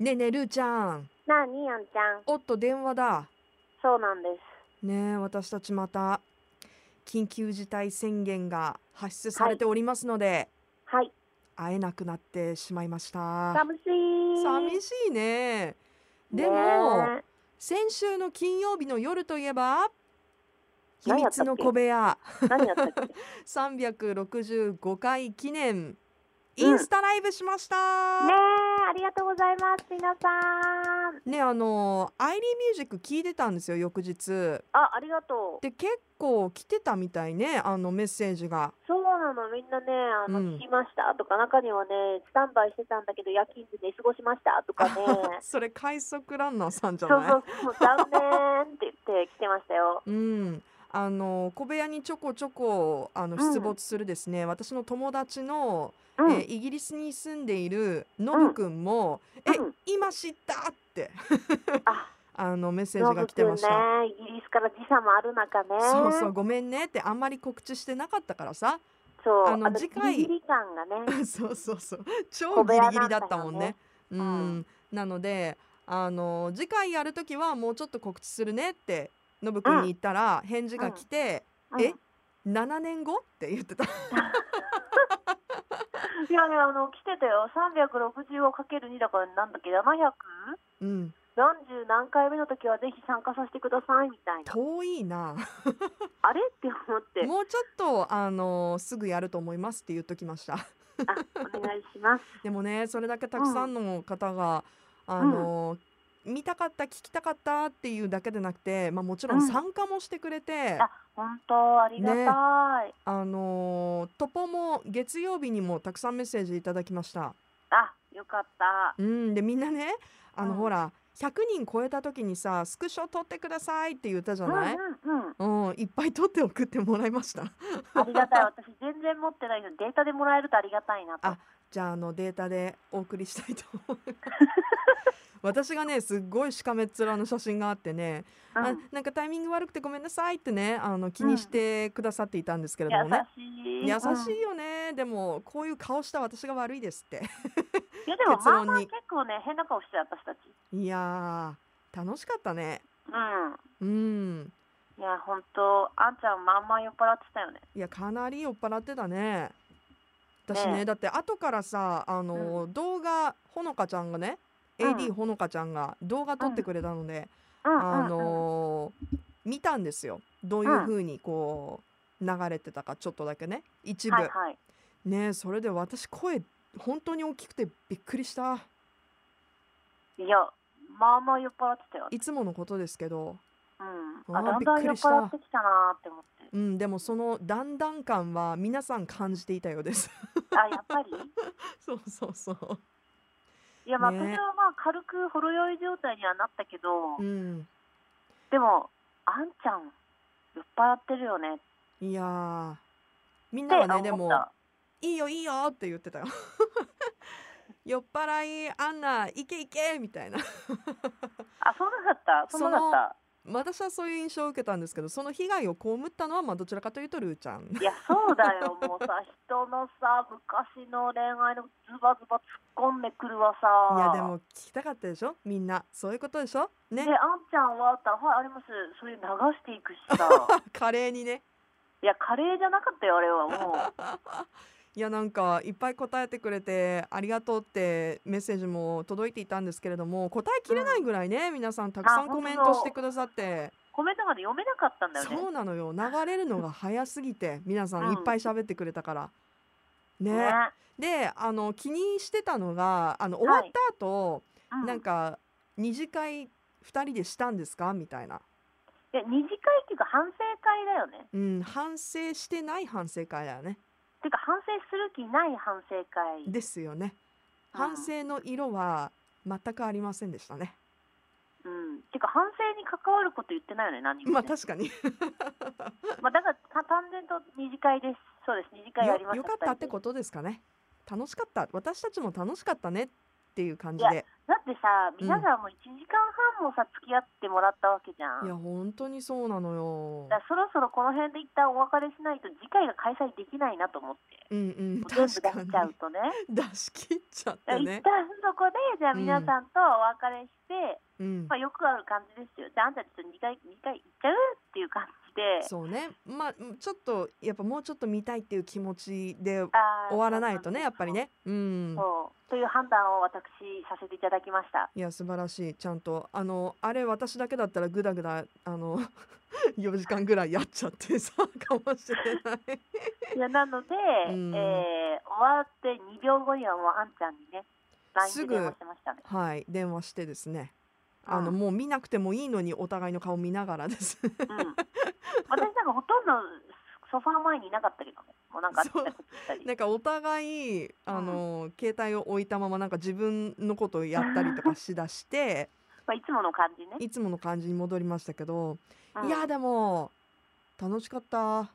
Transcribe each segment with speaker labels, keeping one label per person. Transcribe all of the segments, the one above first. Speaker 1: ねえねえルーちゃん
Speaker 2: なあ、にやんちゃん。
Speaker 1: おっと電話だ
Speaker 2: そうなんです。
Speaker 1: ねえ私たちまた緊急事態宣言が発出されておりますので、
Speaker 2: はい。
Speaker 1: 会えなくなってしまいました
Speaker 2: 寂しい。
Speaker 1: 寂
Speaker 2: し
Speaker 1: しいね
Speaker 2: い
Speaker 1: でも、先週の金曜日の夜といえば秘
Speaker 2: 何やった
Speaker 1: 密
Speaker 2: っけ
Speaker 1: の小部屋
Speaker 2: 何やった っけね
Speaker 1: 365回記念イ
Speaker 2: うん
Speaker 1: ンスタライブしました、
Speaker 2: え、ありがとうございます、皆さん。
Speaker 1: ねあのアイリーミュージック聞いてたんですよ翌日
Speaker 2: あ、ありがとう。
Speaker 1: で結構来てたみたいねあのメッセージが
Speaker 2: そうなの、みんなね、あの、
Speaker 1: うん
Speaker 2: 聞きましたとか、中にはね、スタンバイしてたんだけど、夜勤で寝過ごしましたとかね。
Speaker 1: それ快速ランナーさんじ
Speaker 2: そ
Speaker 1: ゃ
Speaker 2: うそ
Speaker 1: ないう
Speaker 2: そう、残念って言って来てましたよ。
Speaker 1: うんあの小部屋にちょこちょこあの
Speaker 2: うん
Speaker 1: 出没するですね、私の友達の、
Speaker 2: うん。
Speaker 1: えーイギリスに住んでいるノブくんも「え
Speaker 2: うん
Speaker 1: 今知った!」って
Speaker 2: あ、
Speaker 1: あのメッセー
Speaker 2: ノ
Speaker 1: ジが
Speaker 2: ブ
Speaker 1: 来て
Speaker 2: 君
Speaker 1: ま
Speaker 2: ね
Speaker 1: した。、
Speaker 2: イギリスから時差もある中ね。
Speaker 1: そうそうごめんねってあんまり告知してなかったからさ
Speaker 2: そう。
Speaker 1: あの
Speaker 2: あの
Speaker 1: 次回
Speaker 2: ギリギリ感がね。
Speaker 1: そうそうそう超
Speaker 2: 小
Speaker 1: ギ
Speaker 2: 部
Speaker 1: リ
Speaker 2: 屋
Speaker 1: ギリだったもんね。う
Speaker 2: よねうん
Speaker 1: ん、なのであの次回やるときはもうちょっと告知するねってノブ君に言ったら返事が来て
Speaker 2: う
Speaker 1: 「
Speaker 2: ん
Speaker 1: え7年後?」って言ってた
Speaker 2: いやね、あの、来てたよ。360をかける2だから、なんだっけ、700?
Speaker 1: うん
Speaker 2: 何十何回目の時はぜひ参加させてくださいみたいな。
Speaker 1: 遠いな
Speaker 2: あれって思って、
Speaker 1: もうちょっとあのすぐやると思いますって言っときました
Speaker 2: あ、お願いします。
Speaker 1: でもねそれだけたくさんの方が、あの、見たかった聞きたかったっていうだけでなくて、まあ、もちろん
Speaker 2: うん
Speaker 1: 参加もしてくれて、
Speaker 2: あ本当、ありがたい。
Speaker 1: あのトポも月曜日にもたくさんメッセージいただきました。
Speaker 2: あ、よかった。
Speaker 1: うんでみんなねあの、
Speaker 2: うん
Speaker 1: ほら100人超えた時にさスクショ撮ってくださいって言ったじ
Speaker 2: う
Speaker 1: ゃ
Speaker 2: んうん
Speaker 1: ない、
Speaker 2: うん。
Speaker 1: うんいっぱい撮って送ってもらいました
Speaker 2: ありがたい。私、全然持ってないのにデータでもらえるとありがたいなと。
Speaker 1: あじゃああのデータでお送りしたいと思 います私がねすっごいしかめっ面の写真があってね、
Speaker 2: うん、
Speaker 1: あなんかタイミング悪くてごめんなさいってねあの気にしてくださっていたんですけれどもね、
Speaker 2: 優しい。
Speaker 1: 優
Speaker 2: うん
Speaker 1: しいよね、でもこういう顔した私が悪いですって
Speaker 2: いや、でも、
Speaker 1: 結
Speaker 2: まあ
Speaker 1: 論に
Speaker 2: まあ結構ね、変な顔してた、私たち。
Speaker 1: いやー楽しかったね。
Speaker 2: うん。
Speaker 1: うん。
Speaker 2: いや、本当、あんちゃん、まんまん酔っ払ってたよね。
Speaker 1: いやかなり酔っ払ってたね。私ね
Speaker 2: ねえ
Speaker 1: だって後からさあの、動画ほのかちゃんがね、
Speaker 2: うん
Speaker 1: AD ほのかちゃんが動画撮ってくれたので、
Speaker 2: うん、うん。
Speaker 1: あ
Speaker 2: うん
Speaker 1: のー見たんですよどういう風にこう流れてたかちょっとだけね一部、
Speaker 2: はいはい。
Speaker 1: ねえそれで私声本当に大きくてびっくりした
Speaker 2: いや、まあまあ酔っ払ってたよ。
Speaker 1: いつものことですけど、
Speaker 2: うん。
Speaker 1: あ
Speaker 2: あ、
Speaker 1: ー
Speaker 2: だんだん
Speaker 1: びっく
Speaker 2: 酔っ
Speaker 1: りした
Speaker 2: 払ってきたなーって思って。
Speaker 1: うん、でもその段々感は皆さん感じていたようです
Speaker 2: あ、やっ ぱり。い
Speaker 1: そうそうそう
Speaker 2: や、まあ、
Speaker 1: ね
Speaker 2: 私はまあ、軽くほろ酔い状態にはなったけど、
Speaker 1: うん
Speaker 2: でも、あんちゃん、酔っ払ってるよねっ
Speaker 1: いやーみん
Speaker 2: て
Speaker 1: ながねで
Speaker 2: 思
Speaker 1: も
Speaker 2: った。
Speaker 1: 「いいよいいよ」って言ってたよ 酔っ払いアンナいけいけみたいな
Speaker 2: あ、そうなかった。そうなか
Speaker 1: 私はそういう印象を受けたんですけどその被害を被ったのはまあどちらかというとルーちゃん
Speaker 2: った。いや、そうだよ。もうさ、人のさ、昔の恋愛のズバズバ突っ込んでくるわさ。
Speaker 1: いやでも聞きたかったでしょみんなそういうことでしょね
Speaker 2: で、あんちゃんはあったら、はい、あります。そういう流していくし さ。
Speaker 1: 華麗にね
Speaker 2: いや、カレーじゃなかったよ、あれはもう。
Speaker 1: いやなんかいっぱい答えてくれてありがとうってメッセージも届いていたんですけれども答えきれないぐらいね、皆さんたくさん
Speaker 2: あ
Speaker 1: コメン
Speaker 2: 本
Speaker 1: ト
Speaker 2: 当
Speaker 1: してくださって
Speaker 2: コメントまで読めなかったんだよね。
Speaker 1: そうなのよ流れるのが早すぎて皆さ
Speaker 2: うんん
Speaker 1: いっぱい喋ってくれたから。ね、
Speaker 2: ね。
Speaker 1: であの気にしてたのがあの終わ
Speaker 2: はい
Speaker 1: った後、
Speaker 2: うん、
Speaker 1: なんか二次会2人でしたんですかみたいな、
Speaker 2: いや二次会っていうか反省会だよね。
Speaker 1: うん、反省してない反省会だよね
Speaker 2: ていうか反省する気ない反省会。
Speaker 1: ですよね
Speaker 2: うん
Speaker 1: 反省の色は全くありませんでしたね
Speaker 2: うん。ていうか反省に関わること言ってないよね何も、ね。
Speaker 1: まあ確かによ
Speaker 2: まあだからた単純と二次会です。そうです。二次会ありました。
Speaker 1: よかったって
Speaker 2: 二人で
Speaker 1: ことですかね楽しかった私たちも楽しかったねっていう感じで
Speaker 2: だってさ皆さんも1時間半もさ付き合ってもらったわけじゃ
Speaker 1: いや
Speaker 2: ん
Speaker 1: 本当にそうなのよ
Speaker 2: だからそろそろこの辺で一旦お別れしないと次回が開催できないなと思って
Speaker 1: うんうん
Speaker 2: もう全部出し
Speaker 1: 確
Speaker 2: ちゃ
Speaker 1: かに
Speaker 2: うとね
Speaker 1: 出し切っちゃっ
Speaker 2: だ
Speaker 1: て
Speaker 2: から一
Speaker 1: ね
Speaker 2: 旦そこでじゃあ皆さんとお別れして、
Speaker 1: うん
Speaker 2: まあ、よくある感じですよじゃああんたちょっと2回二回行っちゃうっていう感じで
Speaker 1: そうねまあちょっとやっぱもうちょっと見たいっていう気持ちで
Speaker 2: あー
Speaker 1: 終わらないとねやっぱりねうん
Speaker 2: そうという判断を私させていただき ました
Speaker 1: いや素晴らしいちゃんとあのあれ私だけだったらぐだぐだあの 4時間ぐらいやっちゃってさ かもしれない
Speaker 2: いやなので、
Speaker 1: うん
Speaker 2: えー終わって2秒後にはもうあんちゃんにね LINE
Speaker 1: す
Speaker 2: で
Speaker 1: ぐ
Speaker 2: 電話してましたね
Speaker 1: はい電話してですねあの
Speaker 2: うん
Speaker 1: もう見なくてもいいのにお互いの顔見ながらです
Speaker 2: うん、私なんかほとんどソファー前にいなかったけどねもうなんかあっち行ったりこっち行ったり
Speaker 1: なんかお互いあの、携帯を置いたままなんか自分のことをやったりとかしだして
Speaker 2: まあ、いつもの感じね、
Speaker 1: いつもの感じに戻りましたけど、
Speaker 2: うん、
Speaker 1: いやでも楽しかった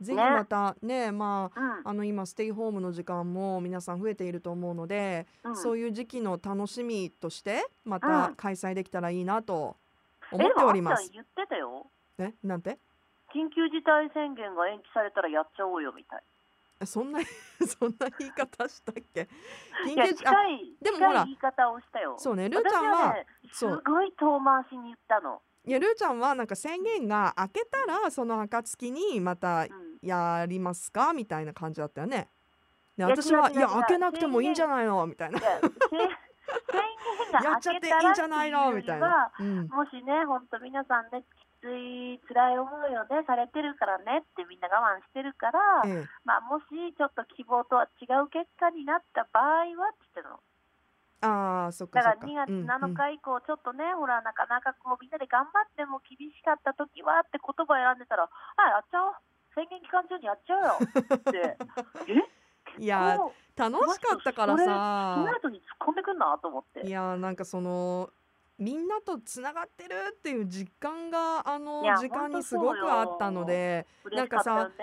Speaker 1: ぜひまたねまあ
Speaker 2: うん
Speaker 1: あの今ステイホームの時間も皆さん増えていると思うので、
Speaker 2: うん、
Speaker 1: そういう時期の楽しみとしてまた
Speaker 2: うん
Speaker 1: 開催できたらいいなと
Speaker 2: え
Speaker 1: 思っております。
Speaker 2: でもあんちゃん言ってたよ
Speaker 1: えなんて
Speaker 2: 緊急事態宣言が延期されたらやっちゃおうよみたい
Speaker 1: えそんな そんな言い方したっけ
Speaker 2: い
Speaker 1: 緊
Speaker 2: や
Speaker 1: 急
Speaker 2: 近
Speaker 1: 事あ
Speaker 2: い
Speaker 1: でも
Speaker 2: 近
Speaker 1: ほら
Speaker 2: い言い方をしたよ
Speaker 1: そうねルーちゃんは
Speaker 2: 私ねす
Speaker 1: そう
Speaker 2: ごい遠回しに言ったの、
Speaker 1: いやルーちゃんはなんか宣言が明けたらその暁にまた
Speaker 2: うん、
Speaker 1: やりますかみたいな感じだったよね。で
Speaker 2: いや
Speaker 1: 私は
Speaker 2: 違
Speaker 1: いう
Speaker 2: 違う
Speaker 1: や
Speaker 2: 違う
Speaker 1: 明けなくてもいいんじゃないのみたいな。
Speaker 2: でせ宣言
Speaker 1: や
Speaker 2: が
Speaker 1: っちゃって
Speaker 2: 明け
Speaker 1: い
Speaker 2: た
Speaker 1: い
Speaker 2: ら
Speaker 1: ん
Speaker 2: っ
Speaker 1: じ
Speaker 2: て
Speaker 1: ゃないいうの
Speaker 2: よ
Speaker 1: み
Speaker 2: り
Speaker 1: たい
Speaker 2: は
Speaker 1: な。うん、
Speaker 2: もしね、本当皆さんね、きつい、辛い思いをね、されてるからねってみんな我慢してるから、
Speaker 1: ええ
Speaker 2: まあ、もしちょっと希望とは違う結果になった場合はって言ってたの。
Speaker 1: ああそっか
Speaker 2: だ
Speaker 1: そ
Speaker 2: から
Speaker 1: っか。
Speaker 2: 2月
Speaker 1: うん
Speaker 2: 7日以降、ちょっとね、ほら、なかなかこう、みんなで頑張っても厳しかった時はって言葉選んでたら、あ、やっちゃおう。宣言期間中にやっちゃおうよ って。え
Speaker 1: いや
Speaker 2: こう
Speaker 1: うん楽しかったから
Speaker 2: その
Speaker 1: さ。
Speaker 2: 後に突っ込んでくんなと思って。
Speaker 1: いやーなんかそのみんなとつながってるっていう実感があの
Speaker 2: いや
Speaker 1: 時間
Speaker 2: ほん
Speaker 1: に
Speaker 2: と
Speaker 1: す
Speaker 2: そうよ
Speaker 1: ごくあったので
Speaker 2: 嬉しかったよね。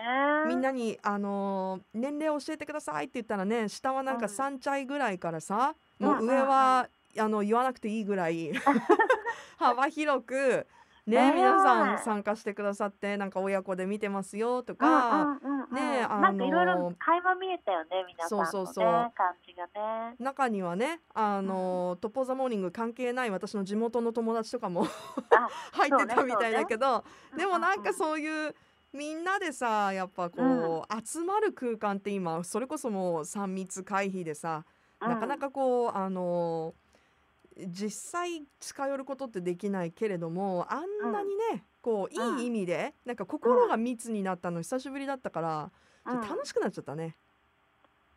Speaker 1: みんなにあのー年齢教えてくださいって言ったらね下はなんか
Speaker 2: うん
Speaker 1: 3歳ぐらいからさ、も
Speaker 2: んう
Speaker 1: うんう上は、あの言わなくていいぐら い幅広く。
Speaker 2: ね
Speaker 1: ね、
Speaker 2: え
Speaker 1: 皆さん参加してくださってなんか親子で見てますよとか、
Speaker 2: うんうんうんうん
Speaker 1: ねえあの
Speaker 2: なんかいろいろ垣間見えたよね皆さんのね
Speaker 1: そうそうそう
Speaker 2: 感じがね
Speaker 1: 中にはねあのー、トップ・オブザ・モーニング関係ない私の地元の友達とかも 入ってたみたいだけど、でもなんか
Speaker 2: う
Speaker 1: そういうみんなでさやっぱこう、集まる空間って今それこそもう3密回避でさ、
Speaker 2: うん
Speaker 1: なかなかこうあの実際近寄ることってできないけれどもあんなにね、こ
Speaker 2: う
Speaker 1: うんいい意味で、なんか心が密になったの久しぶりだったから、
Speaker 2: うんうん
Speaker 1: 楽しくなっちゃったね。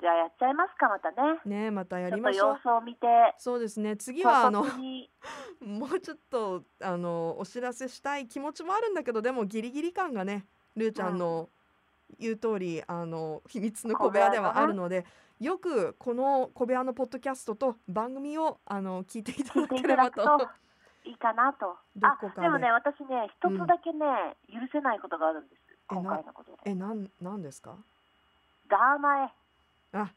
Speaker 2: じゃあやっちゃいますかまたね
Speaker 1: ねまたや
Speaker 2: ちょ
Speaker 1: り
Speaker 2: っと
Speaker 1: ましょう
Speaker 2: 様。子を見て
Speaker 1: そうですね次はあの
Speaker 2: 唐突に
Speaker 1: もうちょっとあのお知らせしたい気持ちもあるんだけどでもギリギリ感がねルーちゃんの言う通り、あの 秘密の小部屋ではあるのでよくこの小部屋のポッドキャストと番組をあの聞いていた
Speaker 2: 聞
Speaker 1: だ
Speaker 2: いて
Speaker 1: け
Speaker 2: いた
Speaker 1: れば
Speaker 2: だく
Speaker 1: と
Speaker 2: といいかなと
Speaker 1: ど
Speaker 2: あ
Speaker 1: こかで
Speaker 2: でもね私ね一つだけね、許せないことがあるんです
Speaker 1: えな
Speaker 2: 今回のことで
Speaker 1: えなんなんですか
Speaker 2: ダーマエ
Speaker 1: あ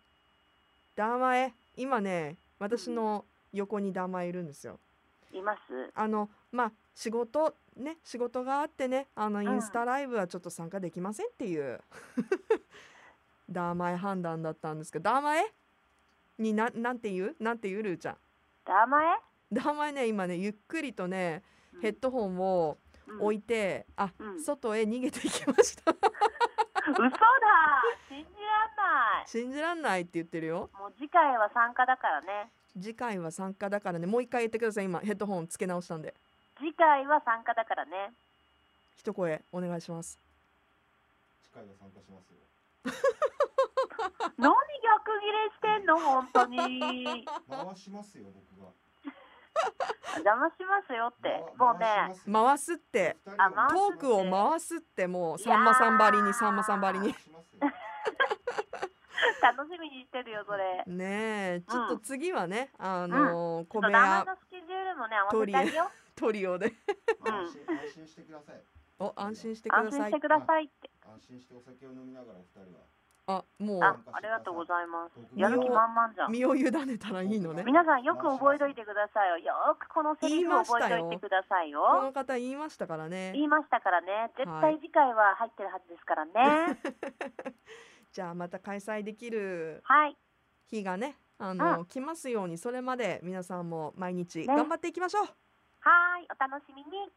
Speaker 1: ダーマエ今ね私の横にダーマエいるんですよ
Speaker 2: います
Speaker 1: あのまあ仕事ね仕事があってねあの
Speaker 2: ん
Speaker 1: インスタライブはちょっと参加できませんっていう ダーマエ判断だったんですけどダーマエにななんて言うなんて言うルーちゃん
Speaker 2: ダーマエ
Speaker 1: ダーマエね今ねゆっくりとねヘッドホンを置
Speaker 2: い
Speaker 1: いて、あ、
Speaker 2: うん
Speaker 1: 外へ逃げていきました
Speaker 2: 嘘だ信じらんない
Speaker 1: 信じらんないって言ってるよ
Speaker 2: もう次回は参加だからね
Speaker 1: 次回は参加だからねもう一回言ってください今ヘッドホンつけ直したんで
Speaker 2: 次回は参加だからね
Speaker 1: 一声お願いします
Speaker 3: 次回は参加しますよ。
Speaker 2: 何逆ギレしてんの本当に
Speaker 3: 回しますよ、僕が。
Speaker 2: 邪魔しますよって
Speaker 3: ま
Speaker 2: もうね
Speaker 3: 回します
Speaker 1: 回す
Speaker 3: よ
Speaker 1: って
Speaker 3: 二人
Speaker 2: あ
Speaker 3: を
Speaker 2: 回
Speaker 1: ト
Speaker 2: す
Speaker 1: ークを回すってもうさんまさんばりにさんまさんばりに
Speaker 3: 回しますよ
Speaker 2: 楽しみにしてるよそれ
Speaker 1: ねえちょっと
Speaker 2: うん
Speaker 1: 次はね、あのー
Speaker 2: ち
Speaker 1: 小
Speaker 2: ょっと
Speaker 1: 部
Speaker 2: 旦那
Speaker 1: 屋
Speaker 2: のスケジュールもね合わせてあげよう
Speaker 1: トリオで
Speaker 3: 安心安心してください。
Speaker 1: お安心してくだ
Speaker 2: 安心
Speaker 1: さ
Speaker 2: し
Speaker 1: い
Speaker 2: てくださいって
Speaker 3: 安心してお酒を飲みながらお二人は
Speaker 1: あも
Speaker 2: あ
Speaker 1: う
Speaker 2: ありがとうございます
Speaker 3: 僕
Speaker 2: やる気満々じゃん
Speaker 1: 身を委ねたらいいのね
Speaker 2: 皆さんよく覚えといてくださいよよくこのセリフを覚えといてください
Speaker 1: こ
Speaker 2: よ
Speaker 1: の方言いましたからね
Speaker 2: 言いましたからね絶
Speaker 1: はい
Speaker 2: 対次回は入ってるはずですからね
Speaker 1: じゃあまた開催できる
Speaker 2: はい
Speaker 1: 日がねあの、
Speaker 2: う
Speaker 1: 来ますようにそれまで皆さんも毎日
Speaker 2: ね
Speaker 1: 頑張っていきましょう、
Speaker 2: はーいお楽しみに